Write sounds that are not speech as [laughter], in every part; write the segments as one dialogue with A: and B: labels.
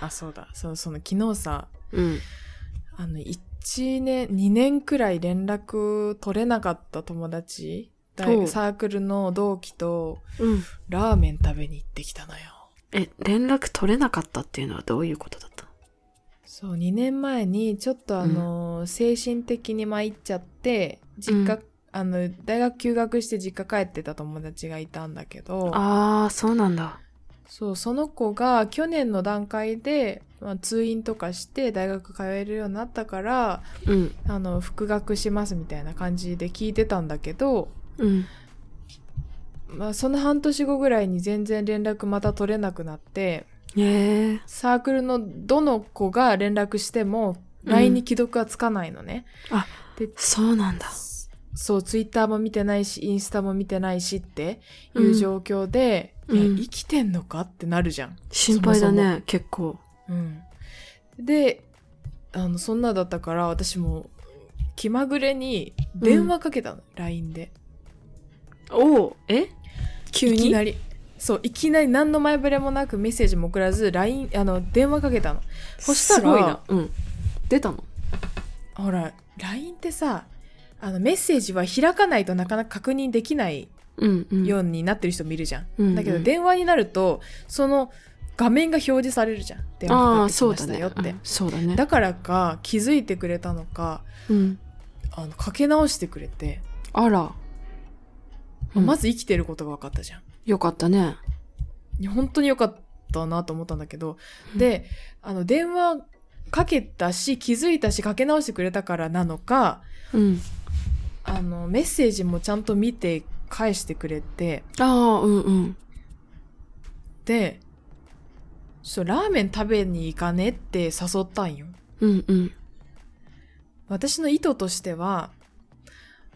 A: あそうだそのその昨日さ
B: うん。
A: あの1年2年くらい連絡取れなかった友達大
B: おう
A: サークルの同期と
B: うん。
A: ラーメン食べに行ってきたのよ
B: え、連絡取れなかったっていうのはどういうことだったの
A: そう2年前にちょっとあの、精神的に参っちゃって実家、
B: うん
A: あの大学休学して実家帰ってた友達がいたんだけど
B: あー、そうなんだ。
A: そうその子が去年の段階で、まあ、通院とかして大学通えるようになったから
B: うん。
A: あの復学しますみたいな感じで聞いてたんだけど、
B: うん。
A: まあ、その半年後ぐらいに全然連絡また取れなくなって
B: えー。
A: サークルのどの子が連絡しても
B: うん
A: LINE に既読はつかないのね、
B: そうなんだ。
A: そう Twitter も見てないしインスタも見てないしっていう状況で、
B: うん
A: いや
B: うん
A: 生きてんのかってなるじゃん。
B: 心配だね、
A: そ
B: 結構。
A: うん、であのそんなだったから私も気まぐれに電話かけたの、LINE で
B: おおえ急
A: いき
B: に
A: なりそういきなり何の前触れもなくメッセージも送らず LINE あの電話かけたのそしたら
B: すごいな。うん。出たの
A: ほら LINE ってさあのメッセージは開かないとなかなか確認できない
B: うんうん。
A: ようになってる人もいるじゃん、
B: うんうん
A: だけど電話になるとその画面が表示されるじゃん電話
B: あ
A: かけ
B: あ、
A: てき
B: そう
A: ま
B: だ
A: した
B: ね。
A: よって、
B: うんそうだね。
A: だからか気づいてくれたのか
B: うん。
A: あのかけ直してくれて
B: あら。
A: まあま
B: ず、
A: ず生きてることが分かったじゃん。
B: よかったね。
A: いや本当に良かったなと思ったんだけど、で、あの、電話かけたし、気づいたし、かけ直してくれたからなのか、
B: うん。
A: あの、メッセージもちゃんと見て返してくれて、
B: ああ、うんうん。
A: で、そう、ラーメン食べに行かねって誘ったんよ。
B: うんうん。
A: 私の意図としては、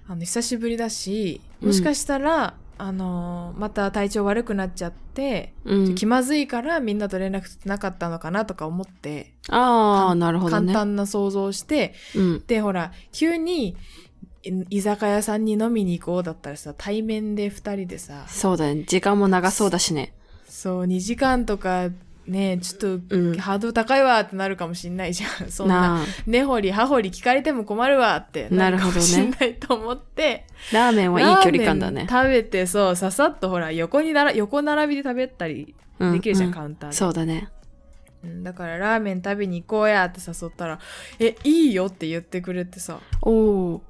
A: あの、久しぶりだし、
B: うん
A: もしかしたら、あのまた体調悪くなっちゃって、
B: うん、
A: 気まずいからみんなと連絡取ってなかったのかなとか思って、
B: ああ、なるほど
A: 簡
B: ね。
A: 単な想像をして、
B: うん。
A: で、ほら、急に、い居酒屋さんに飲みに行こうだったらさ、対面で二人でさ、
B: そうだね。時間も長そうだしね。
A: そう、2時間とか、ね、ちょっと、
B: うん。
A: ハードル高いわってなるかもしんないじゃん。 [laughs] そんな、
B: なあ、
A: 根掘り葉掘り聞かれても困るわってなるか
B: な
A: も
B: るほどね
A: しんないと思って、
B: ラーメンはいい距離感だね。
A: ラーメン食べて、そう、ささっとほら、横になら、横並びで食べたり
B: う
A: できるじゃん、
B: う
A: カウンターで。
B: そうだね。
A: うんだから、ラーメン食べに行こうやって誘ったら、え、いいよって言ってくれてさ、
B: おお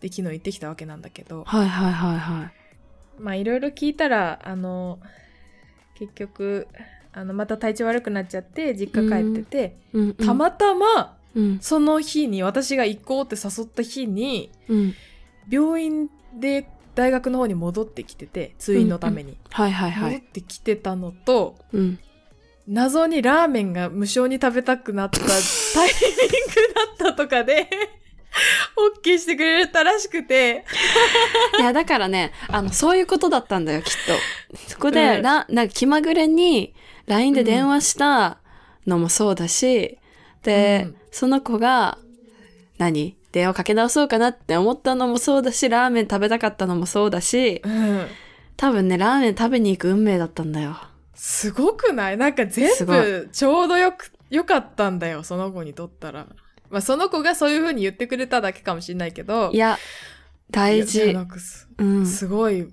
A: で昨日行ってきたわけなんだけど
B: はいはいはいはい。
A: まあいろいろ聞いたらあの結局あのまた体調悪くなっちゃって実家帰ってて、
B: うん、うん
A: た、またま
B: うん、
A: その日に私が行こうって誘った日に
B: うん。
A: 病院で大学の方に戻ってきてて通院のために、
B: はいはいは
A: 戻っ
B: い。
A: てきてたのと
B: うん。
A: 謎にラーメンが無償に食べたくなったタイミングだったとかで [laughs] OK してくれたらしくて
B: いや、だからね、あの、そういうことだったんだよ、きっ [laughs] と。そこで、
A: うん
B: らなんか気まぐれに、LINE で電話したのもそうだし、で、
A: うん
B: その子が、何電話かけ直そうかなって思ったのもそうだし、ラーメン食べたかったのもそうだし、
A: うん
B: 多分ね、ラーメン食べに行く運命だったんだよ。
A: すごくないなんか全
B: すご
A: 部ちょうどよく、よかったんだよ、その子にとったら。まあその子がそういう風に言ってくれただけかもしれないけど。
B: いや、大
A: いや
B: 事
A: な。んかす
B: うん。
A: すごい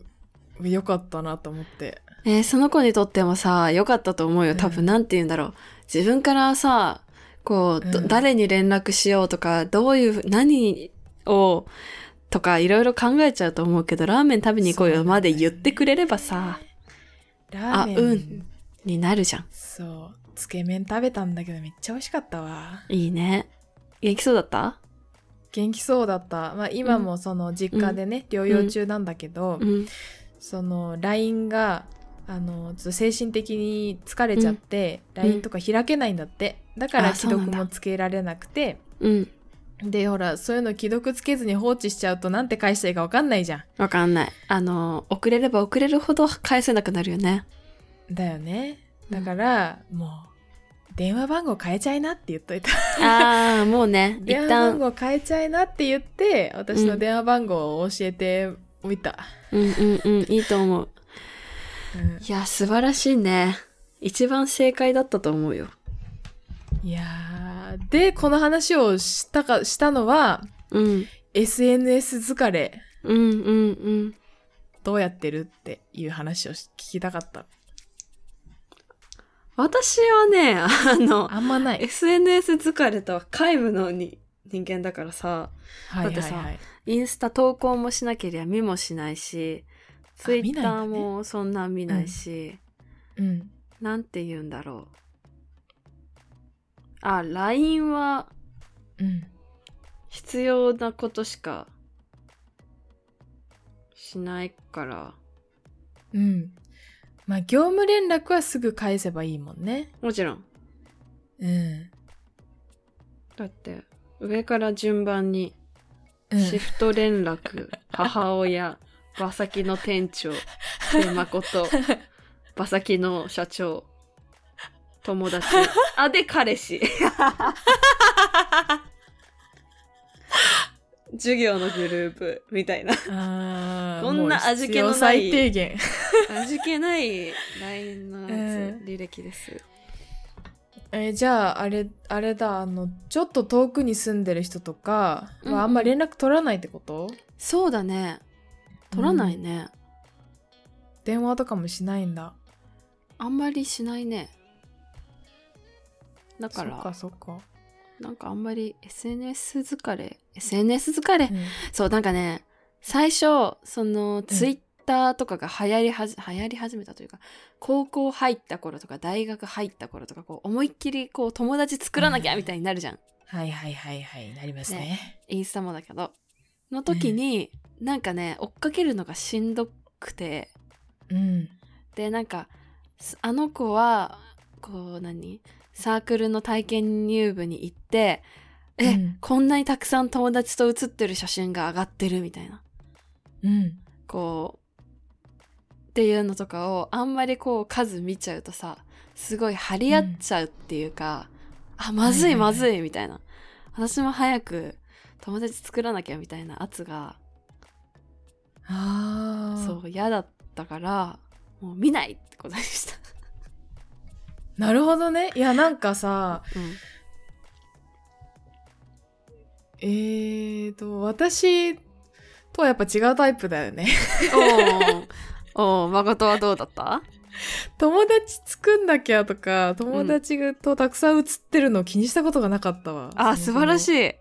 A: 良かったなと思って。
B: えーその子にとってもさ、良かったと思うよ。多
A: う
B: 分、なんて言うんだろう。自分からさ、こう、ど
A: うん
B: 誰に連絡しようとか、どういう、何を、とか、いろいろ考えちゃうと思うけど、ラーメン食べに行こう
A: そう
B: よ
A: な
B: ま
A: んだ
B: で
A: よね
B: 言ってくれればさ、
A: ラーメン。
B: あうんになるじゃん。
A: そう。つけ麺食べたんだけどめっちゃ美味しかったわ。
B: いいね。元気そうだった
A: 元気そうだった。まあ今もその実家でね、療養中なんだけど、
B: うん。
A: その LINE が、あの、ちょっと精神的に疲れちゃって、
B: ん
A: LINE とか開けないんだって。だから
B: あ
A: 既
B: そう
A: 読
B: なんだ
A: もつけられなくて、
B: うん。
A: でほらそういうの既読つけずに放置しちゃうとなんて返したらいいか分かんないじゃ
B: わかんない。あの、遅れれば遅れるほど返せなくなる
A: [laughs]
B: よね。
A: んだよねだから、もう電話番号変えちゃいなって言っといた
B: ああ、もうね、一
A: 電話番
B: 旦、
A: 号変えちゃいなって言って私の電話番号を教えておいた、
B: うんうんうん、いいと思う。
A: うん
B: いや、素晴らしいね。一番正解だったと思うよ。
A: いやーでこの話をしたかしたのは
B: うん
A: SNS 疲れ
B: うんうんうん
A: どうやってるっていう話をし聞きたかった
B: 私はねあの
A: あんまない、
B: SNS 疲れとは皆無のに人間だからさ
A: はいはい
B: だ
A: は
B: ってさ
A: い、
B: インスタ投稿もしなけりゃ見もしないし
A: あ
B: ツイ
A: 見な
B: ッ
A: いんだ
B: ター
A: ね
B: もそんな見ないし
A: うん、
B: なんて言うんだろうあ LINE は
A: うん、
B: 必要なことしかしないから
A: うん。まあ、業務連絡はすぐ返せばいいもんね。
B: もちろん
A: うん。
B: だって上から順番に
A: うん、 [laughs]
B: シフト連絡、 [laughs] 母親、馬先の店 [laughs] 長、まこと、馬先の社長、友 [laughs] 達、あ、で、彼 [laughs] 氏。授業のグループみたいな。
A: あー
B: こんな
A: もう
B: 味気
A: 必
B: のない
A: 要最低限。
B: 味気ない LINE のやつ、
A: うん
B: 履歴です。
A: [laughs] えーじゃあ、あれ、あれだ、あの、ちょっと遠くに住んでる人とか
B: うんうん
A: はあんま連絡取らないってこと、
B: そうだね。取らないね。
A: 電話とかもしないんだ。
B: あんまりしないね。だ
A: そ
B: か
A: っ
B: ら
A: か、そっか。
B: なんかあんまり SNS 疲れ SNS 疲れ
A: うん
B: そうなんかね最初そのツイッターとかが流行りはじ流行り始めたというか高校入った頃とか大学入った頃とかこう思いっきりこう友達作らなきゃみたいになるじゃん、
A: はいはいはいはい、なりますね。
B: インスタもだけどの時に、なんかね追っかけるのがしんどくて
A: うん。
B: でなんかすあの子はこう何サークルの体験入部に行ってえ、
A: うん
B: こんなにたくさん友達と写ってる写真が上がってるみたいな
A: うん。
B: こうっていうのとかをあんまりこう数見ちゃうとさすごい張り合っちゃうっていうか、あまず
A: はいはい
B: い
A: はい
B: まずいみたいな、私も早く友達作らなきゃみたいな圧が
A: ああ。
B: そう嫌だったからもう見ないってことでした。
A: なるほどね。いや、なんかさ、
B: うん [laughs]
A: えーと、私とはやっぱ違うタイプだよね。 [laughs]
B: おお、おお、誠はどうだった？
A: 友達作んなきゃとか、友達がとたくさん写ってるのを気にしたことがなかったわ。
B: あ、素晴らし
A: い。
B: い。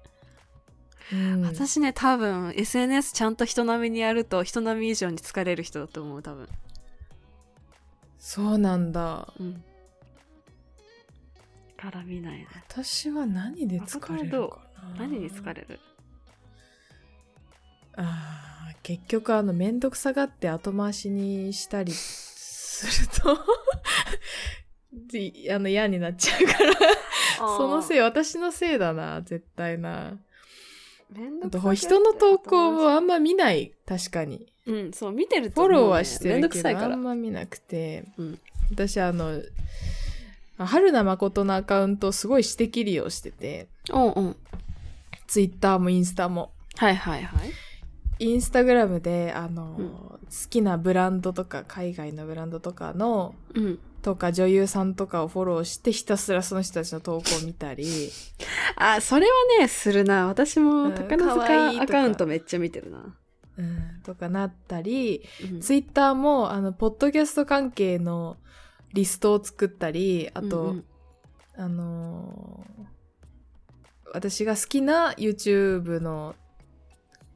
A: うん
B: 私ね、多分 SNS ちゃんと人並みにやると人並み以上に疲れる人だと思う。多分。
A: そうなんだ。
B: うん。から見ないね。
A: 私は何で疲れる
B: どう
A: かな
B: 何に疲れる？
A: あー結局あのめんどくさがって後回しにしたりすると [laughs] であの嫌になっちゃうからそのせ
B: い。
A: い私のせいだな絶対な
B: めん
A: あ
B: どく
A: と
B: さい。
A: 人の投稿も。あんま見ない確かに
B: うん、そう見てると
A: フォ
B: 思うね
A: ローはして
B: めんど
A: る
B: く
A: け
B: さい
A: ど
B: か
A: あ
B: ら
A: ん。ま見なくて、
B: うん
A: 私あの春名誠のアカウントをすごい私的利用してて
B: うんうん。
A: ツイッターもインスタも
B: はいはいはい。
A: インスタグラムであの、
B: うん
A: 好きなブランドとか海外のブランドとかの
B: うん。
A: とか女優さんとかをフォローしてひたすらその人たちの投稿を見たり
B: あ、それはねするな。私
A: う
B: も
A: ん
B: 宝
A: かわいいと
B: 塚
A: か
B: アカウントめっちゃ見てるな。
A: うんとかなったり
B: うん
A: ツイッターもあのポッドキャスト関係のリストを作ったりあと、
B: うんうん
A: あのー私が好きな YouTube の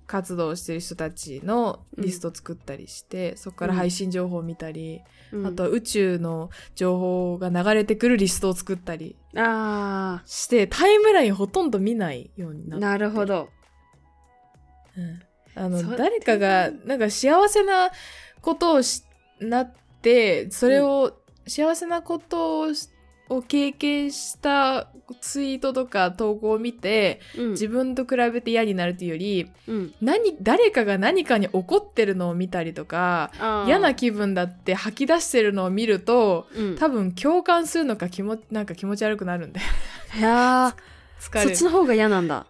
A: 活動をしてる人たちのリストを作ったりして、そこから配信情報を見たり、
B: うん
A: あとは宇宙の情報が流れてくるリストを作ったり
B: あ
A: してタイムラインほとんど見ないように
B: あ
A: なった
B: なるほど
A: うんあの
B: そう
A: 誰かがなんか幸せなことをしなってそれを、幸せなことをしを経験したツイートとか投稿を見て
B: うん
A: 自分と比べて嫌になるというより
B: うん
A: 何誰かが何かに怒ってるのを見たりとか
B: あー
A: 嫌な気分だって吐き出してるのを見ると
B: うん
A: 多分共感するのか気持なんか気持ち悪くなるんで
B: いや
A: 疲
B: ー
A: れ
B: [laughs] そっ
A: る
B: ちの方が嫌なんだ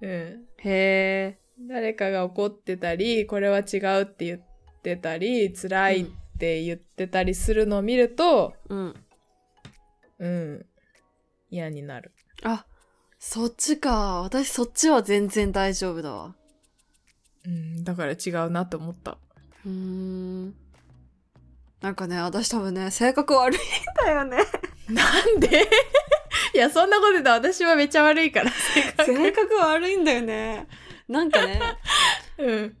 A: うん、
B: へえ
A: 誰かが怒ってたりこれは違うって言ってたり辛いって言ってたりするのを見ると
B: うん
A: うん嫌になる。
B: あ、そっちか。私そっちは全然大丈夫だわ。
A: うん、だから違うなと思った。
B: うーん。なんかね、私多分ね、性格悪いんだ
A: [laughs]
B: よね。
A: なんで [laughs] いや、そんなこと言ったら私はめっちゃ悪いから、性格
B: 性格悪いんだよね。なんかね、
A: うん。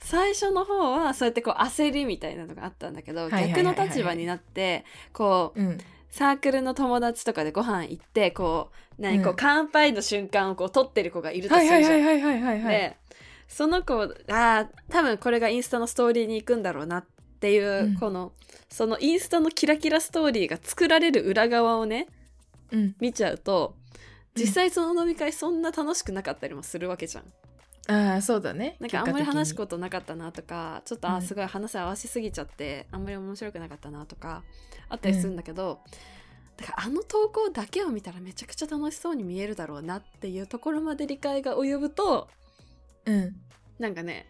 B: 最初の方はそうやってこう焦りみたいなのがあったんだけど、
A: いはいはいはい
B: 逆の立場になって、こう、
A: うん。
B: サークルの友達とかでご飯行って、こう、何、こ
A: う
B: うん乾杯の瞬間をこう撮ってる子がいるとす
A: は
B: る
A: い
B: じゃ
A: は
B: ん。
A: いはいはいはいはいはい。
B: でその子あー多分これがインスタのストーリーに行くんだろうなっていう、
A: うん
B: このそのインスタのキラキラストーリーが作られる裏側をね
A: うん。
B: 見ちゃうと
A: うん
B: 実際その飲み会そんな楽しくなかったりもするわけじゃん。
A: ああ、そうだね。
B: なんかあんまり話す
A: こ
B: ことなかったなとかちょっと
A: う
B: あ
A: ん
B: すごい話合わせすぎちゃってあんまり面白くなかったなとかあったりするんだけど、だからあの投稿だけを見たらめちゃくちゃ楽しそうに見えるだろうなっていうところまで理解が及ぶと
A: と。うん。
B: なんかね、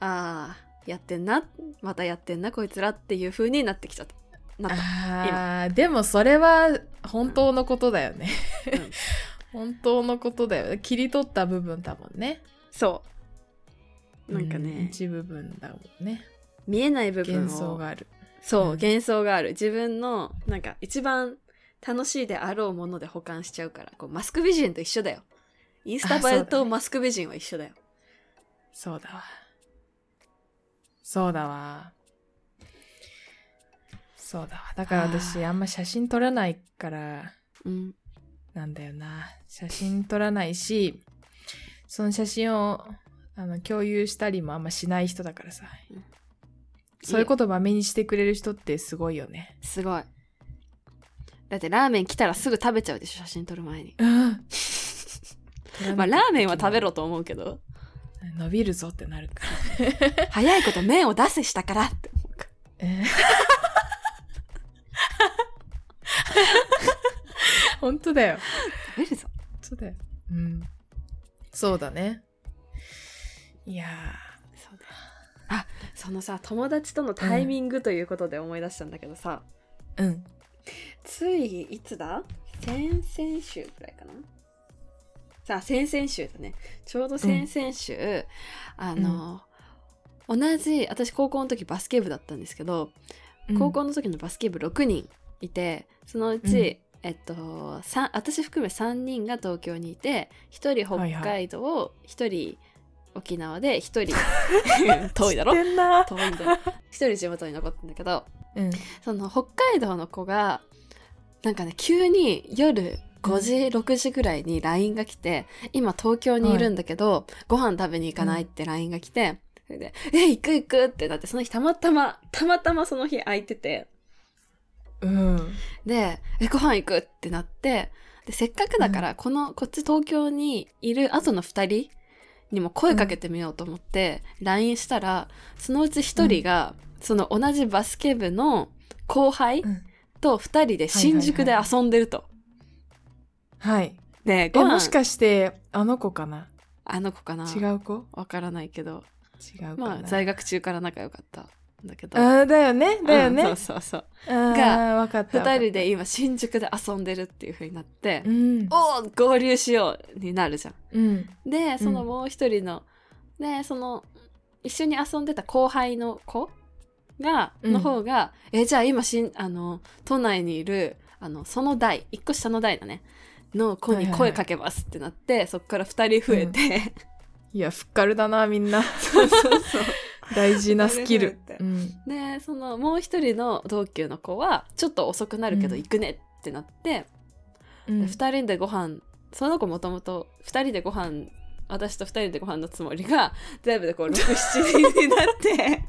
B: ああ、やってんな、またやってんな、こいつらっていう風になってきちゃった。なった。
A: ああ、でもそれは本当のことだよね。
B: うん [laughs]
A: 本当のことだよ。切り取った部分だもんね。
B: そう。なんか
A: う
B: ね、
A: 一部分だもんね。
B: 見えない部分を。
A: 幻想がある。
B: そう、
A: うん
B: 幻想がある。自分の、なんか一番楽しいであろうもので保管しちゃうから、こうマスク美人と一緒だよ。インスタ
A: あそう
B: 映
A: だ
B: え
A: ね
B: とマスク美人は一緒だよ。
A: そうだわ。そうだわ。そうだわ。だから私、あんま写真撮らないから、
B: うん。
A: なんだよな。写真撮らないし、その写真をあの共有したりもあんましない人だからさ
B: うん。
A: そういうことまめにしてくれる人ってすごいよね。
B: すごい。だってラーメン来たらすぐ食べちゃうでしょ、写真撮る前に。
A: [laughs] うん。
B: まあラーメンは食べろと思うけど、
A: 伸びるぞってなるから。
B: 早いこと麺を出せしたからって思うから。
A: えー [laughs] 本当だよ。
B: 食べるぞ。
A: そうだよ。うん。そうだね。いや
B: そうだあそのさ友達とのタイミングということで思い出したんだけどさ、
A: ー。うん。
B: ついいつだ先々週くらいかなさあ先々週だねちょうど先々週、あの、同じ私高校の時バスケ部だったんですけど高校の時のバスケ部6人いてそのうち、
A: うん
B: えっと、さ私含め3人が東京にいて1人北海道、1人沖縄で1人 [laughs] 遠いだろ
A: 知ってんな。
B: 遠いんだよ一人地元に残ったんだけど
A: うん。
B: その北海道の子がなんかね急に夜5時、6時ぐらいに LINE が来て今東京にいるんだけど、ご飯食べに行かないって LINE が来て、それで「え行く行く」ってなってその日たまたまたまたまその日空いてて
A: うん。
B: で「えご飯行く」ってなってでせっかくだからこの、こっち東京にいる後の2人にも声かけてみようと思って LINE したらそのうち1人が、その同じバスケ部の後輩
A: うん
B: と2人で新宿で遊んでると。
A: はい。
B: で
A: え、
B: ご
A: もし
B: 飯
A: かして、あの子かな
B: あの子かな
A: 違う子
B: わからないけど
A: 違うかな。
B: まあ在学中から仲良かったんだけど。
A: あーだよね。だよ
B: うん
A: ね。
B: そうそう
A: が、わかっ
B: そう
A: た。
B: 2人で
A: い。
B: 今新宿で遊んでるっていう風になって
A: う、ん。
B: おお合流しようになるじゃん。
A: うん。
B: でそのもう一人の、でその一緒に遊んでた後輩の子が、
A: うん
B: の方が「えじゃあ今しんあの都内にいるあのその代一個下の代だねの子に
A: はいはいはい
B: 声かけます」ってなって、そっから二人増えて、
A: いや、ふっかるだな、みんな。 [laughs] 大事なスキル。うん。
B: [laughs] でそのもう一人の同級の子はちょっと遅くなるけど
A: うん
B: 行くねってなって、
A: うん
B: で二人でご飯その子もともと二人でご飯私と二人でご飯のつもりが全部でこう67人になって。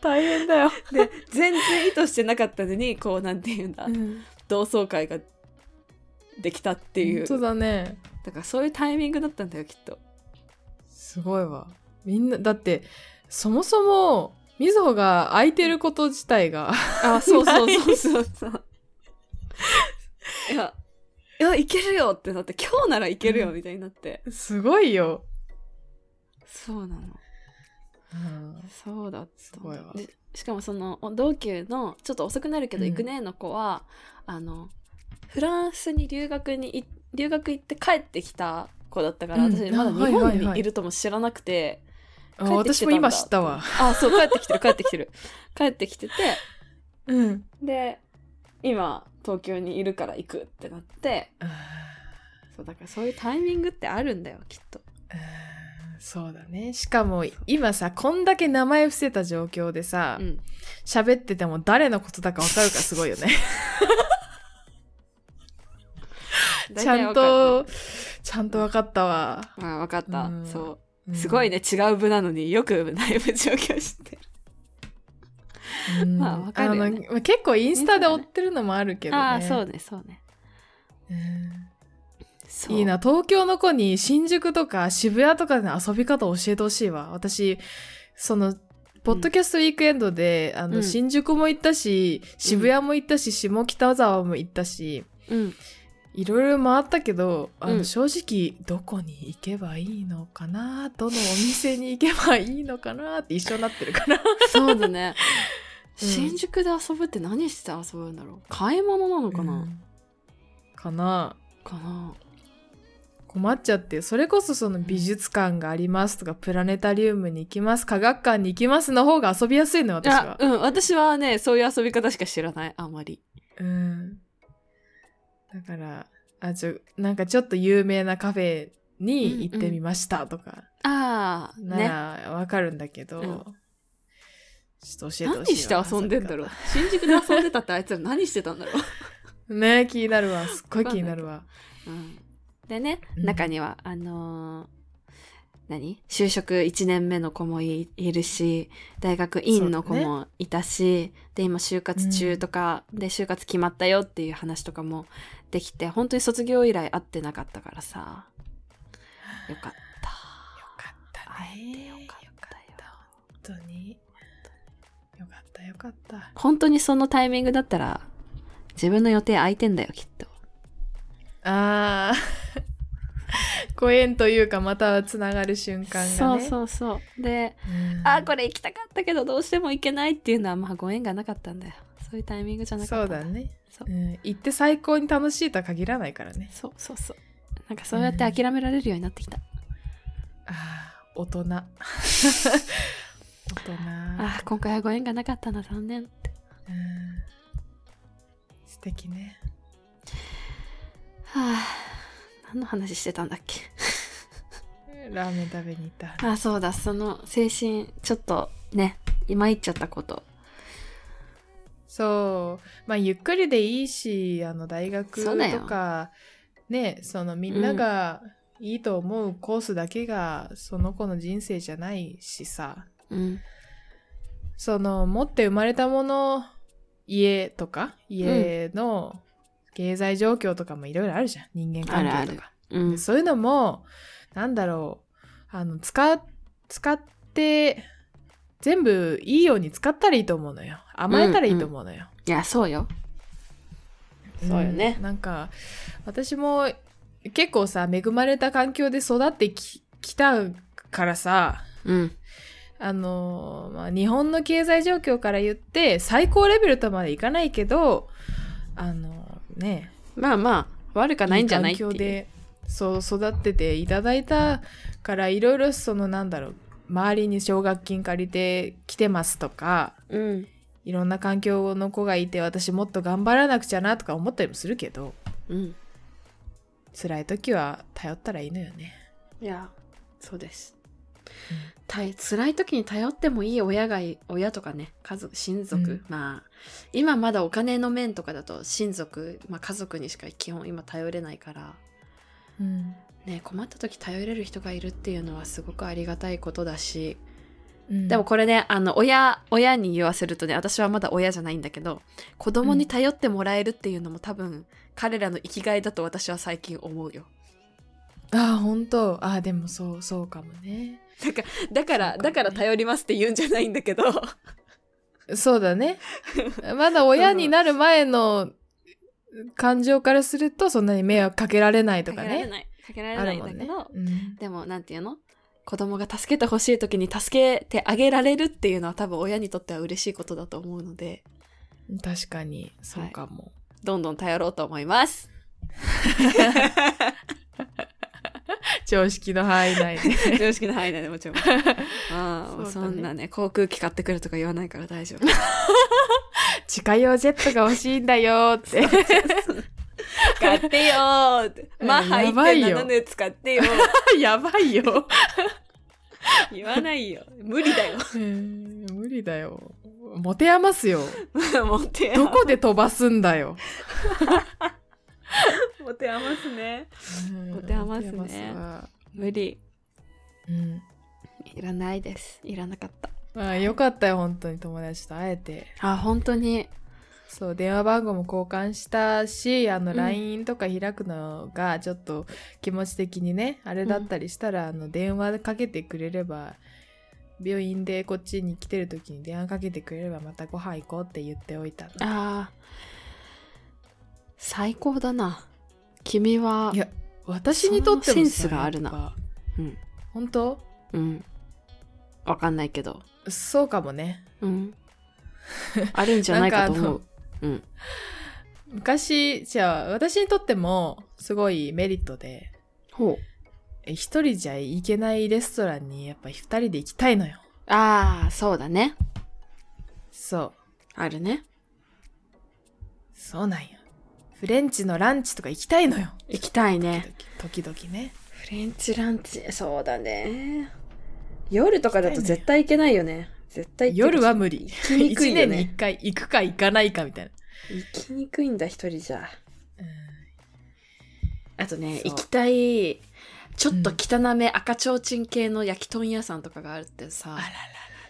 A: 大変だよ。
B: で全然意図してなかったのにこうなんていうんだ、
A: うん
B: 同窓会ができたっていう
A: 本当だね。
B: だからそういうタイミングだったんだよきっと
A: すごいわ。みんな、だって、そもそも、みずほが空いてること自体が、
B: あそうそうそうそうそう [laughs] いやいやいけるよってなって今日ならいけるよみたいになって、
A: すごいよ。
B: そうなの
A: うん
B: そうだった
A: すごいわ
B: でしかもその同級のちょっと遅くなるけど行くねの子は、あのフランスに留学にい留学行って帰ってきた子だったから、
A: うん
B: 私まだ
A: あ
B: 日
A: はいはいは
B: 本
A: い
B: にいるとも知らなくて、
A: あ
B: 帰ってきて
A: 私も
B: んだ
A: 今知ったわ。
B: あそう帰ってきてる帰ってきてる [laughs] 帰ってきてて
A: うん。
B: で今東京にいるから行くってなって
A: あー
B: そうだからそういうタイミングってあるんだよきっと
A: あーそうだね。しかも今さ、こんだけ名前伏せた状況でさ
B: う、ん
A: 喋、ってても誰のことだかわかるからすごいよね。 [laughs] ちゃんと、ちゃんとわかったわ。
B: まあ分かった、
A: うん
B: そううんすごい。ね違う部なのによくだいぶ上京して
A: うん
B: まあわかるよね
A: あの結構インスタで追ってるのもあるけどね。
B: ああそうねそうね
A: うん
B: そう
A: いいな東京の子に新宿とか渋谷とかでの遊び方教えてほしいわ私そのポッドキャストウィークエンドで、あの
B: うん
A: 新宿も行ったし渋谷も行ったし、下北沢も行ったし
B: うん
A: いろいろ回ったけどあの、
B: うん
A: 正直どこに行けばいいのかなどのお店に行けばいいのかなって一緒になってるから
B: そうだ [laughs] ね、
A: うん
B: 新宿で遊ぶって何して遊ぶんだろう買い物なのかな、
A: うんかな
B: かな
A: 困っちゃってそれこそその美術館がありますとかプラネタリウムに行きます科学館に行きますの方が遊びやすいの私
B: あ
A: は。
B: うん私はねそういう遊び方しか知らないあまり
A: うん。だから、あ、ちょ、なんかちょっと有名なカフェに行ってみましたとか、
B: ああ
A: な
B: ね
A: らわかるんだけど、
B: うん
A: ちょっと教えてほ
B: 何
A: しい
B: し
A: わ。
B: て遊んでんだろう新宿で遊んでたってあいつら何してたんだろう
A: う。ね気になるわ。すっごい気になるわ。
B: うんでね、
A: うん
B: 中にはあのー何就職1年目の子もいいるし大学院の子
A: そう
B: もいたし、で今就活中とか、で就活決まったよっていう話とかもできて本当に卒業以来会ってなかったからさよか
A: よ
B: った
A: かった
B: 会えて
A: ね。
B: よかったよ
A: 本当に。よかった、よかった。
B: 本当にそのタイミングだったら自分の予定空いてんだよきっと
A: あー。ご縁というか、またつながる瞬間が
B: そう
A: ね。
B: そうそうで
A: うん
B: あーこれ行きたかったけどどうしても行けないっていうのはまあご縁がなかったんだよそういうタイミングじゃなか
A: そ
B: っ
A: う
B: たん
A: だね。
B: そう
A: うん、行って最高に楽しいとは限らないからね。
B: そうそうそうなんかそうやって諦められるようになってきた、
A: ああ、大人。大人。
B: あー今回はご縁がなかったな残念
A: うん素敵ね。
B: はあ何の話してたんだっけ
A: ラーメン食べに行った。
B: あーそうだその精神ちょっとね今言っちゃったこと
A: そう。まあ、ゆっくりでいいし、あの、大学
B: そうだよ
A: とか、ね、そのみんながいいと思うコースだけが、その子の人生じゃないしさ。
B: うん
A: その持って生まれたもの家とか家の経済状況とかもいろいろあるじゃん人間関係とか
B: あるうん
A: でそういうのもなんだろうあの使う使って全部いいように使ったらいいと思うのよ甘えたらいいと思うのよ、
B: いやそうよそうよね
A: んなんか私も結構さ恵まれた環境で育ってききたからさ
B: うん
A: あのーまあ、日本の経済状況から言って最高レベルとまでいかないけどあのーね
B: まあまあ悪かないんじゃな
A: い
B: いってい
A: 環
B: う
A: 境でそう育ってていただいたからいろいろそのなんだろう周りに奨学金借りてきてますとか
B: うん
A: いろんな環境の子がいて私もっと頑張らなくちゃなとか思ったりもするけど
B: うん
A: 辛い時は頼ったらいいのよね。
B: いやそうです、
A: うん
B: たい辛い時に頼ってもいい親がい親とかね家族親族、
A: うん
B: まあ今まだお金の面とかだと親族、まあ、家族にしか基本今頼れないから、
A: うん
B: ね、困った時頼れる人がいるっていうのはすごくありがたいことだし、
A: うん
B: でもこれねあの親親に言わせるとね私はまだ親じゃないんだけど子供に頼ってもらえるっていうのも多分彼らの生きがいだと私は最近思うよ。
A: ああ本当ああでもそうそうかもね。
B: だから、
A: そうかもね
B: だから頼りますって言うんじゃないんだけど。
A: そうだ
B: [laughs]
A: ね。まだ親になる前の感情からするとそんなに迷惑かけられないとか
B: かけられ
A: ね。
B: ないかけられ
A: あ
B: ない
A: る
B: ん
A: も
B: だ
A: ん
B: け
A: ね
B: ど、。
A: うん
B: でもなんていうの子供が助けてほしい時に助けてあげられるっていうのは多分親にとっては嬉しいことだと思うので
A: 確かにそうかも。
B: どんどん頼ろうと思い [laughs] ます。
A: 常識の範囲内で。 [laughs]
B: 常識の範囲内でもち [laughs] ろん。ああ、
A: そ
B: そ,、
A: うだね
B: んなね、航空機買ってくるとか言わないから大丈夫。
A: 自家用ジェットが欲しいんだよ
B: [laughs]
A: って。
B: 買ってよー [laughs] って。マッハ
A: やばいよ
B: 1.7のやつ買ってよー [laughs]
A: やばい [laughs] よ。
B: 言わないよ。無理だよ。
A: 無理だよ。持て余すよ。
B: [laughs] 持て
A: どこで飛ばすんだよ。
B: 持て余すね。
A: うん
B: [laughs] 持て余すね
A: 持て余わ
B: 無理。
A: うん。
B: いらないです。いらなかった。
A: まあよかったよ、本当に友達と会えて。
B: あ、本当に。
A: そう、電話番号も交換したし、あの、
B: うん
A: LINE とか開くのが、ちょっと気持ち的にね、あれだったりしたら、あの、電話かけてくれれば、病院でこっちに来てる時に電話かけてくれれば、またご飯行こうって言っておいたの。、
B: ああ。最高だな。君はい
A: や、私にとっても
B: そのセンスがあるな
A: やっぱ
B: うん
A: 本当
B: うん。わかんないけど。
A: そうかもね。
B: [laughs] うん。あるんじゃないかと
A: なん
B: 思
A: か
B: う。うん。
A: 昔、じゃあ、私にとっても、すごいメリットで、
B: ほう。
A: え一人じゃ行けないレストランに、やっぱ二人で行きたいのよ。
B: ああ、そうだね。
A: そう。
B: あるね。
A: そうなんや。フレンチのランチとか行きたいのよ。
B: 行きたいね。
A: 時々時々ね。
B: フレンチランチ、そうだね。夜とかだと絶対行けないよね。絶対行け
A: 夜は無理。
B: 行きにくいよ
A: 1年に
B: ね
A: 1。回行くか行かないかみたいな。
B: 行きにくいんだ、一人じゃ。
A: うん
B: あとね、
A: そう
B: 行きたい、ちょっと汚め赤ちょうちん系の焼き豚屋さんとかがあるってさ、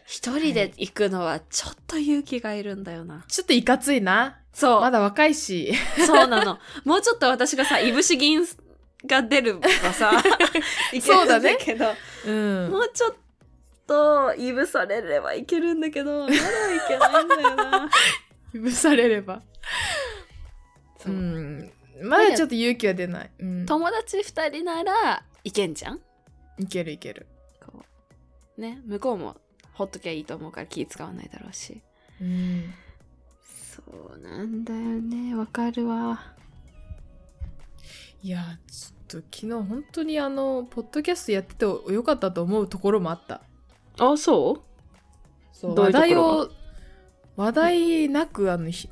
B: 一人で行くのはちょっと勇気がいるんだよな。
A: ちょっといかついな。
B: そう、
A: まだ若いし。
B: そうなの。 [laughs] もうちょっと私がさ、いぶし銀が出ればさ、 [laughs] いけ
A: そ
B: る
A: うんだね
B: だけど、
A: うん。
B: もうちょっといぶされればいけるんだけど、まだいけないんだよ [laughs] な。
A: 許されれば。
B: そうう。
A: ん。まだちょっと勇気は出ない。うん。
B: 友達二人ならいけんじゃん
A: いけるいける。
B: こう。ね、向こうもほっときゃいいと思うから気使わないだろうし。
A: うん。
B: そうなんだよね、わかるわ。
A: いや、ちょっと昨日本当にあの、ポッドキャストやっててよかったと思うところもあった。
B: あ、そう
A: そう
B: どうい
A: 話題
B: うところが
A: を話題なくあのひ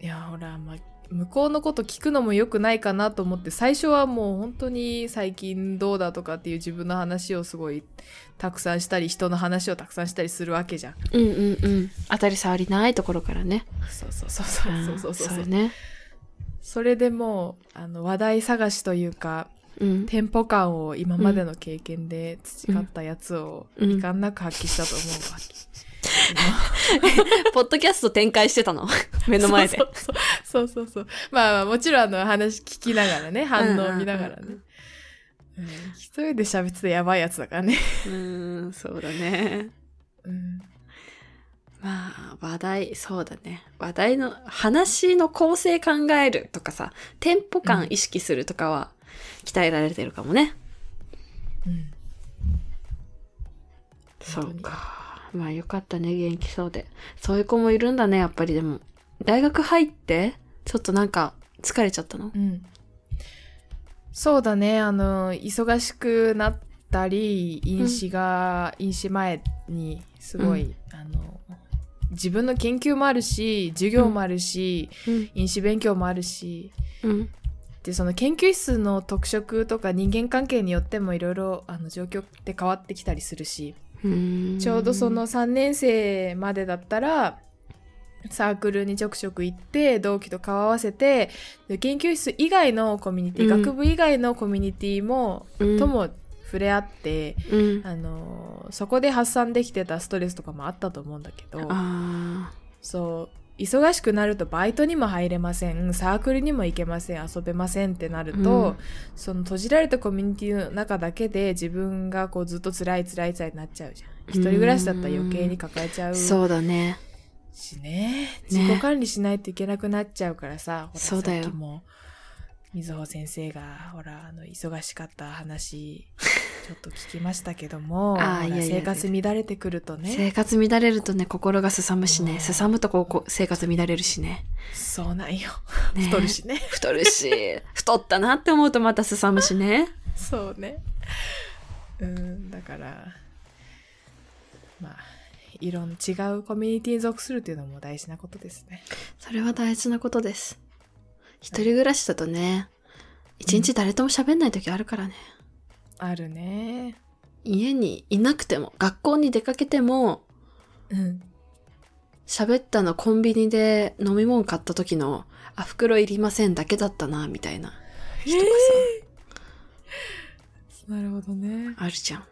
A: いやほら、まあ、向こうのこと聞くのも良くないかなと思って最初はもう本当に最近どうだとかっていう自分の話をすごいたくさんしたり人の話をたくさんしたりするわけじゃん
B: うんうんうん。当たり障りないところからね。
A: [laughs] そうそうそうそうそうそうそうそ
B: そうね。
A: れでもうあの話題探しというか
B: うん。
A: テンポ感を今までの経験で培ったやつを
B: うん
A: 遺憾なく発揮したと思うわけ、
B: ポッドキャスト展開してたの [laughs] 目の前で
A: そうそうそうそうそうまあまあもちろんあの話聞きながらね反応を見ながら
B: うんうん
A: ね、うん一人で喋ってたやばいやつだからね、
B: うーんそうだね
A: うん、
B: まあ話題そうだね話題の話の構成考えるとかさテンポ
A: うん
B: 感意識するとかは鍛えられてるかもね、
A: うん、
B: そうかまあよかったね元気そうでそういう子もいるんだねやっぱりでも大学入ってちょっとなんか疲れちゃったの
A: うん、そうだねあの忙しくなったり飲酒が、飲酒前にすごい、あの自分の研究もあるし授業もあるし、
B: うん
A: 飲酒勉強もあるし
B: うん
A: でその研究室の特色とか人間関係によってもいろいろあの状況って変わってきたりするしちょうどその3年生までだったらサークルにちょくちょく行って同期と顔合わせてで研究室以外のコミュニティ、
B: うん
A: 学部以外のコミュニティも、
B: うん
A: とも触れ合って、
B: うん
A: あのーそこで発散できてたストレスとかもあったと思うんだけど
B: あ
A: そう忙しくなるとバイトにも入れませんサークルにも行けません遊べませんってなると、
B: うん
A: その閉じられたコミュニティの中だけで自分がこうずっと辛い辛い辛いになっちゃうじゃん一人暮らしだったら余計に抱えちゃう
B: ー
A: し
B: そうだね
A: ね自己管理しないといけなくなっちゃうからさ、ほら
B: そうだよ
A: さっき
B: [laughs]
A: も水穂先生がほらあの忙しかった話ちょっと聞きましたけども、
B: あーいやいや
A: 生活乱れてくるとね、
B: 生活乱れるとね心がすさむし
A: う
B: ね
A: ん
B: すさむとこうこう生活乱れるしね
A: そうなんよ。
B: ね
A: 太るしね。
B: 太る [laughs] し太ったなって思うとまたすさむしね
A: そうね。うん、だから、まあ、いろん違うコミュニティに属するというのも大事なことですね。
B: それは大事なことです一人暮らしだとね一日誰とも喋んない時あるからね
A: あるね。
B: 家にいなくても学校に出かけても
A: うん。
B: 喋ったのコンビニで飲み物買った時の「あ袋いりません」だけだったなみたいな人がさ、
A: なるほどね。
B: あるじゃん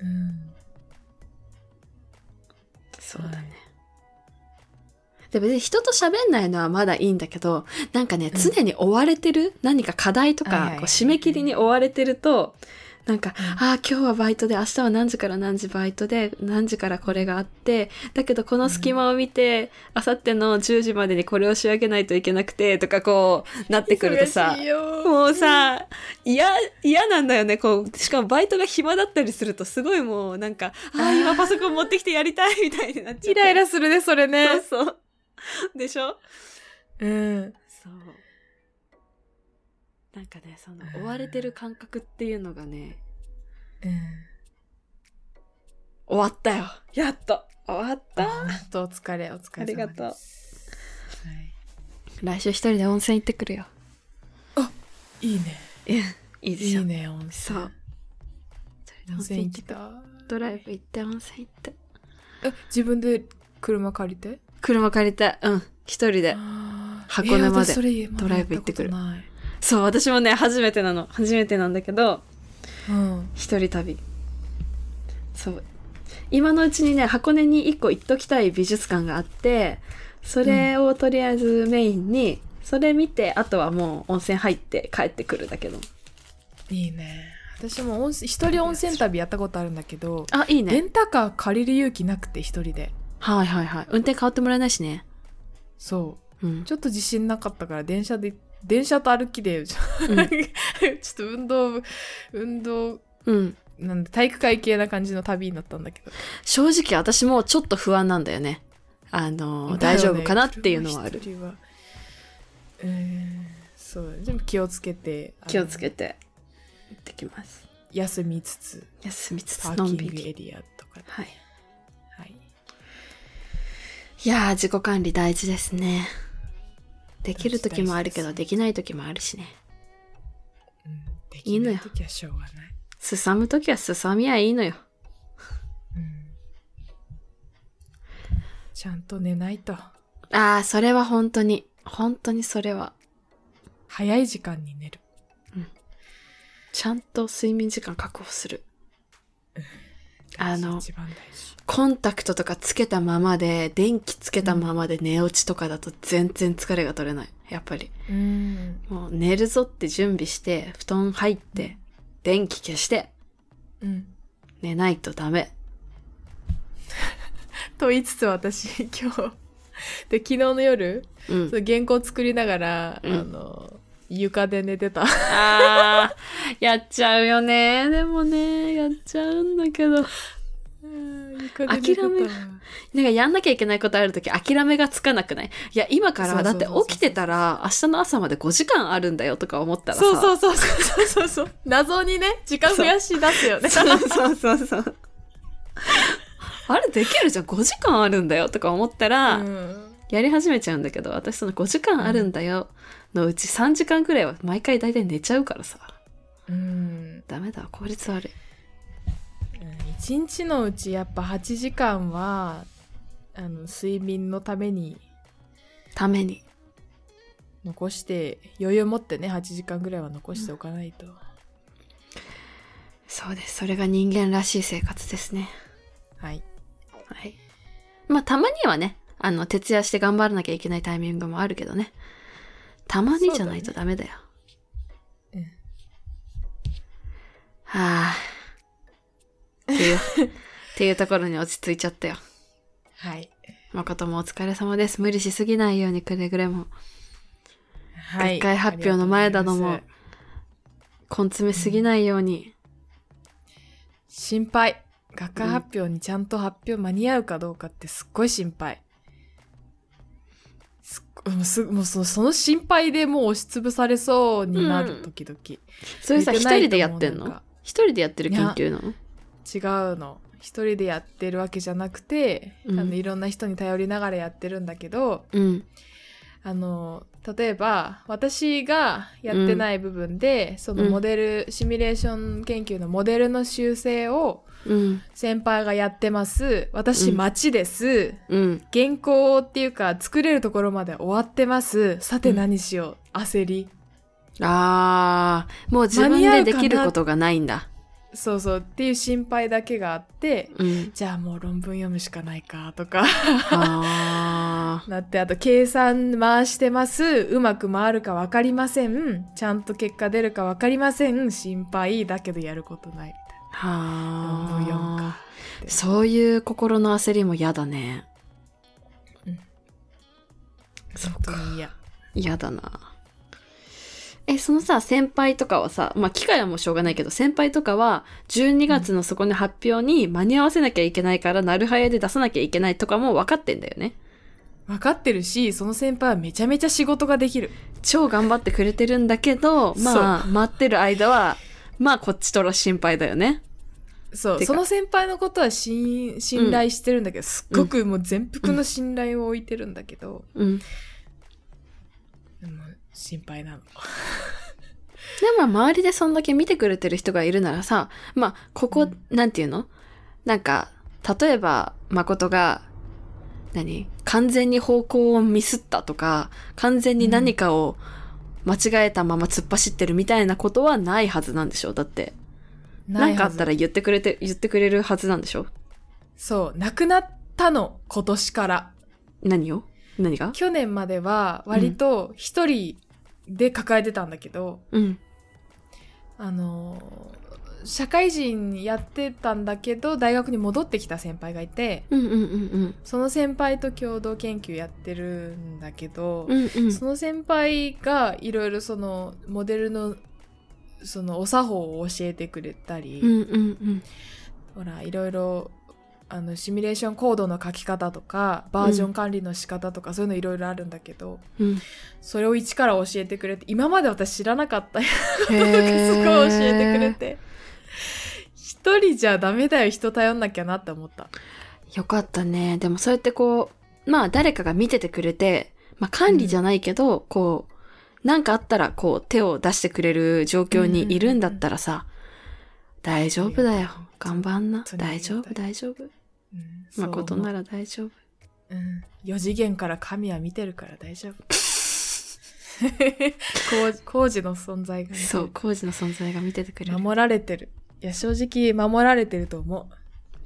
A: うん。
B: そうだねで別に人と喋んないのはまだいいんだけどなんかね
A: うん
B: 常に追われてる、何か課題と
A: はいはい
B: か
A: はい
B: こう締め切りに追われてるとなんか、
A: うん
B: ああ今日はバイトで明日は何時から何時バイトで何時からこれがあってだけどこの隙間を見て、明後日の10時までにこれを仕上げないといけなくてとかこうなってくるとさ
A: 忙しいよ
B: もうさ嫌嫌なんだよねこうしかもバイトが暇だったりするとすごいもうなんかあ
A: あ
B: あ
A: ー
B: 今パソコン持ってきてやりたいみたいになっちゃって
A: イライラするね、それ
B: そう
A: ね。
B: そうでしょ
A: うん。
B: そうなんかねその追われてる感覚っていうのがね
A: うん。
B: 終わったよやっと終わっ
A: あ
B: た
A: ほんとお疲れ、お疲れ様です。
B: ありがとう
A: はい。
B: 来週一人で温泉行ってくるよ
A: いいね。
B: いいで
A: い
B: しょ
A: いね、温泉。
B: そう
A: 温泉行きたい。
B: ドライブ行って温泉行って
A: え、自分で車借りて
B: 車借りたうん一人で
A: 箱
B: 箱根まで
A: ド
B: ドライブ行ってくる
A: ない、
B: そう私もね初めてなの初めてなんだけど
A: うん、
B: 一人旅そう今のうちにね箱根に一個行っときたい美術館があってそれをとりあえずメインに、それ見てあとはもう温泉入って帰ってくるだけど
A: いいね私も温泉一人温泉旅やったことあるんだけど、
B: あいい
A: レンタカー借りる勇気なくて一人で
B: はいはいはい運転変わってもらえないしね
A: そ
B: うん
A: うちょっと自信なかったから電車で電車と歩きで [laughs] ちょちょっと運動部運動
B: うん
A: なんで体育会系な感じの旅になったんだけど
B: 正直私もちょっと不安なんだよねあの
A: だよ
B: 大
A: ね
B: 丈夫かなっていうのはあ
A: 車
B: る
A: 一人はうーんそうでも気をつけてあの
B: 気をつけて行ってきます
A: 休みつつ
B: 休みつつ
A: パ
B: の
A: ー
B: ん
A: キ
B: び
A: ングエ
B: り
A: リアとかで
B: はい
A: はい
B: いやー自己管理大事ですねできる時もあるけ
A: 大
B: ど
A: 事
B: できない時もあるしね
A: うんで
B: い
A: き
B: いの
A: な
B: よ
A: い時はしょうがない。
B: すさむ時はすさみはいいのよ
A: うんちゃんと寝ないと。
B: あーそれは本当に本当にそれは
A: 早い時間に寝る。
B: ちゃんと睡眠時間確保するあの
A: 一番 [laughs] 大事。
B: コンタクトとかつけたままで電気つけたままで寝落ちとかだと全然疲れが取れないやっぱり
A: うん。
B: もう寝るぞって準備して布団入って電気消して
A: うん。
B: 寝ないとダメ
A: と言いつつ私、 [laughs] 今日、で、昨日の夜、
B: うん
A: その原稿作りながら、
B: うん
A: あの、床で寝てた。
B: あーやっちゃうよねでもねやっちゃうんだけど
A: うん床で寝てた。
B: 諦めるなんかやんなきゃいけないことあるとき諦めがつかなくないいや、今か
A: そ
B: ら、
A: うそうそ
B: だっ
A: うそ
B: て
A: う
B: 起きてたら、明日の朝まで5時間あるんだよとか思ったらさ。
A: そうそうそうそうそうそう。謎にね、時間増やし出すよね。
B: [laughs] そうそうそうそう。 [laughs] あれできるじゃん、5時間あるんだよとか思ったら、
A: うん
B: やり始めちゃうんだけど、私その5時間あるんだよのうち3時間くらいは毎回大体寝ちゃうからさ。
A: うん。
B: ダメだわ、効率悪い。
A: うん一日のうちやっぱ8時間はあの睡眠のために
B: ために。
A: 残して余裕持ってね8時間ぐらいは残しておかないと、
B: そうです。それが人間らしい生活ですね。
A: はい
B: はい。まあ、たまにはね、あの、徹夜して頑張らなきゃいけないタイミングもあるけどね。たまにじゃないとダメだよ。
A: うん
B: はあ。っていう、っていうところに落ち着いちゃったよ。
A: はい
B: 誠もお疲れ様です。無理しすぎないようにくれぐれも。
A: はい
B: 学会発表の前だのも
A: ありがとうございます
B: 根詰めすぎないように。
A: 心配学科発表にちゃんと発表間に合うかどうかってすっごい心配すっごもうすもうそその心配でもう押しつぶされそうにな
B: うん
A: る時々、
B: それさ
A: 寝
B: 一
A: てない
B: 人でやってん
A: ともう
B: の
A: なか
B: 一人でやってる研究なの
A: 違うの一人でやってるわけじゃなくて、
B: うん
A: あのいろんな人に頼りながらやってるんだけど
B: うん
A: あの例えば私がやってない部分で、そのモデル、シミュレーション研究のモデルの修正を
B: うん
A: 先輩がやってます私
B: うん
A: 町です、
B: うん
A: 原稿っていうか作れるところまで終わってますさて
B: うん
A: 何しよう、焦り
B: あーもう自分でできることがないんだ
A: そうそうっていう心配だけがあって
B: うん
A: じゃあもう論文読むしかないかとか
B: あ
A: なってあと計算回してますうまく回るか分かりませんちゃんと結果出るか分かりません心配だけどやることないみたい
B: ーは
A: 論文読む
B: あ
A: か
B: そういう心の焦りも嫌だね
A: な本当に嫌
B: 嫌だなえそのさ先輩とかはさまあ機会はもうしょうがないけど先輩とかは12月のそこの発表に間に合わせなきゃいけないからなるはやで出さなきゃいけないとかも分かってんだよね
A: 分かってるしその先輩はめちゃめちゃ仕事ができる
B: 超頑張ってくれてるんだけどまあ待ってる間はまあこっちとら心配だよね
A: そ
B: て
A: う
B: か
A: その先輩のことは信信頼してるんだけど、すっごくもう全幅の信頼を置いてるんだけど、
B: うんで
A: でも心配なの
B: も周りでそんだけ見てくれてる人がいるならさまあここ、
A: うん
B: なんていうのなんか例えば誠が何完全に方向をミスったとか完全に何かを間違えたまま突っ走ってるみたいなことはないはずなんでしょだって
A: な
B: 何
A: い
B: かあ
A: は
B: っ
A: ず
B: たら言ってくれて言ってくれるはずなんでしょ
A: そうなくなったの今年から
B: 何を何が
A: 去年までは割と一人で抱えてたんだけど、
B: うん
A: あのー社会人やってたんだけど大学に戻ってきた先輩がいて
B: うんうんうん
A: その先輩と共同研究やってるんだけど、
B: うんうんうん
A: その先輩がいろいろそのモデルのそのお作法を教えてくれたり、
B: うんうん
A: ほらいろいろあのシミュレーションコードの書き方とかバージョン管理の仕方とか、そういうのいろいろあるんだけど [laughs]
B: うん
A: それを一から教えてくれて今まで私知らなかったや [laughs]
B: へ
A: つとかすごい教えてくれ
B: ー
A: て一人じゃダメだよ人頼んなきゃなって思った
B: よかったねでもそうやってこうまあ誰かが見ててくれて、まあ、管理じゃないけど、こう何かあったらこう手を出してくれる状況にいるんだったらさ、大丈夫だよ頑張んな
A: 本当にあり
B: 大
A: がたい
B: 丈夫大丈夫
A: うんそう
B: 誠なら大丈夫
A: うん、4次元から神は見てるから大
B: [laughs]
A: 丈夫工事工事の存在が見てる
B: そう工事の存在が見ててくれる
A: 守られてるいや正直守られてると思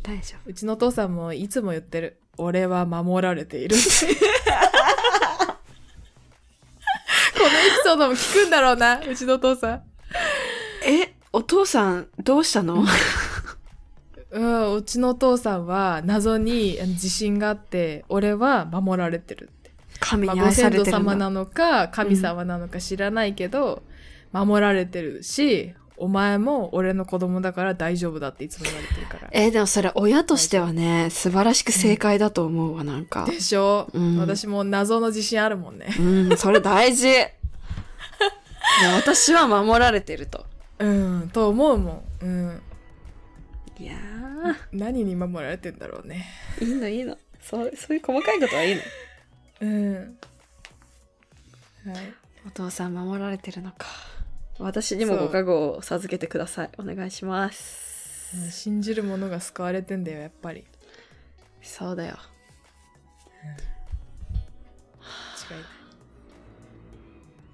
B: 大丈夫
A: ううちのお父さんもいつも言ってる俺は守られてい
B: [laughs]
A: るこのエピソードも聞くんだろうなうちのお父さん
B: えお父さんどうしたの
A: うんうちのお父さんは謎にあの自信があって俺は守られてるって
B: 神
A: まあ
B: に
A: ご
B: 愛さ
A: 先
B: れ
A: 祖
B: てるん
A: 様
B: だ、
A: なのか神様なのか知らないけど、守られてるしお前も俺の子供だから大丈夫だっていつも言われてるから
B: えでもそれ親としてはね素晴らしく正解だと思うわなんか
A: でしょ、
B: うん
A: 私も謎の自信あるもんね
B: うん、それ大事。いや私は守られてると。
A: うんと思うもん、うん、
B: いや
A: 何に守られてんだろうね
B: いいのいいの。そう、そういう細かいことはいいの。
A: うんはい
B: お父さん守られてるのか。私にもご加護を授けてください。お願いします。
A: うん信じるものが救われてんだよやっぱり
B: そうだよ。
A: 違い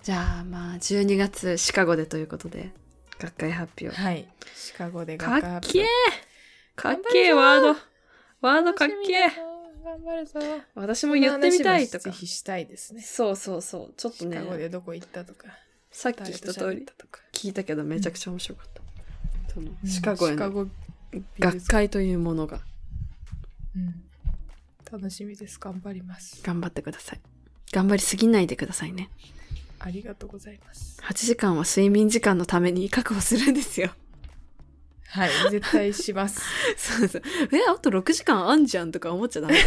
B: じゃあまあ12月シカゴでということで、学会発表。
A: はいシカゴで
B: か
A: 学科
B: っ
A: 発
B: けえ
A: 表
B: かっけえワード。ワードかっ
A: 楽しみ
B: け
A: だ
B: え
A: な頑張るぞ
B: 私も言ってみたいと
A: そんな話もぜ。
B: か
A: ひしたいですね
B: そうそうそう。ちょっと
A: シカゴ
B: ね
A: で、どこ行ったとか
B: さっき
A: 誰と
B: 一通
A: 喋
B: り
A: ったとか
B: 聞いたけどめちゃくちゃ面白かった。その
A: うん
B: シカゴへの
A: 美術
B: 学
A: 館
B: 会というものが
A: うん楽しみです頑張ります
B: 頑張ってください。頑張りすぎないでくださいね。
A: ありがとうございます
B: 8時間は睡眠時間のために確保するんですよ。
A: はい [laughs] 絶対します
B: [laughs] そうそう。え、あと6時間あんじゃんとか思っちゃダメだよ。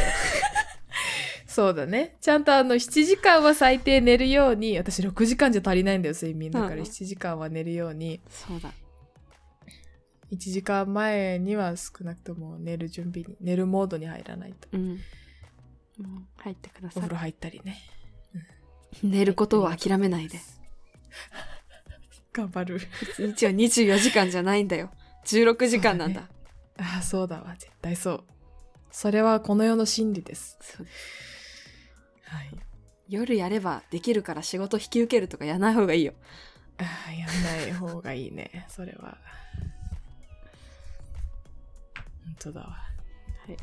A: そうだねちゃんとあの7時間は最低寝るように私6時間じゃ足りないんだよ睡眠だか
B: うん
A: ら
B: うん
A: 7時間は寝るように
B: そうだ。
A: 1時間前には少なくとも寝る準備に寝るモードに入らないと
B: うん。うん入ってくだ
A: お
B: さ
A: 風
B: い。
A: 呂入ったりね
B: 寝ることを諦めないで。
A: [laughs] 頑張る
B: 一日は24時間じゃないんだよ。16時間なんだ。
A: ああそうだわ絶対そうそれはこの世の真理です
B: そうです
A: はい
B: 夜やればできるから仕事引き受けるとかやらない方がいいよ。
A: あーやんない方がいいねそれは本当だわ
B: はい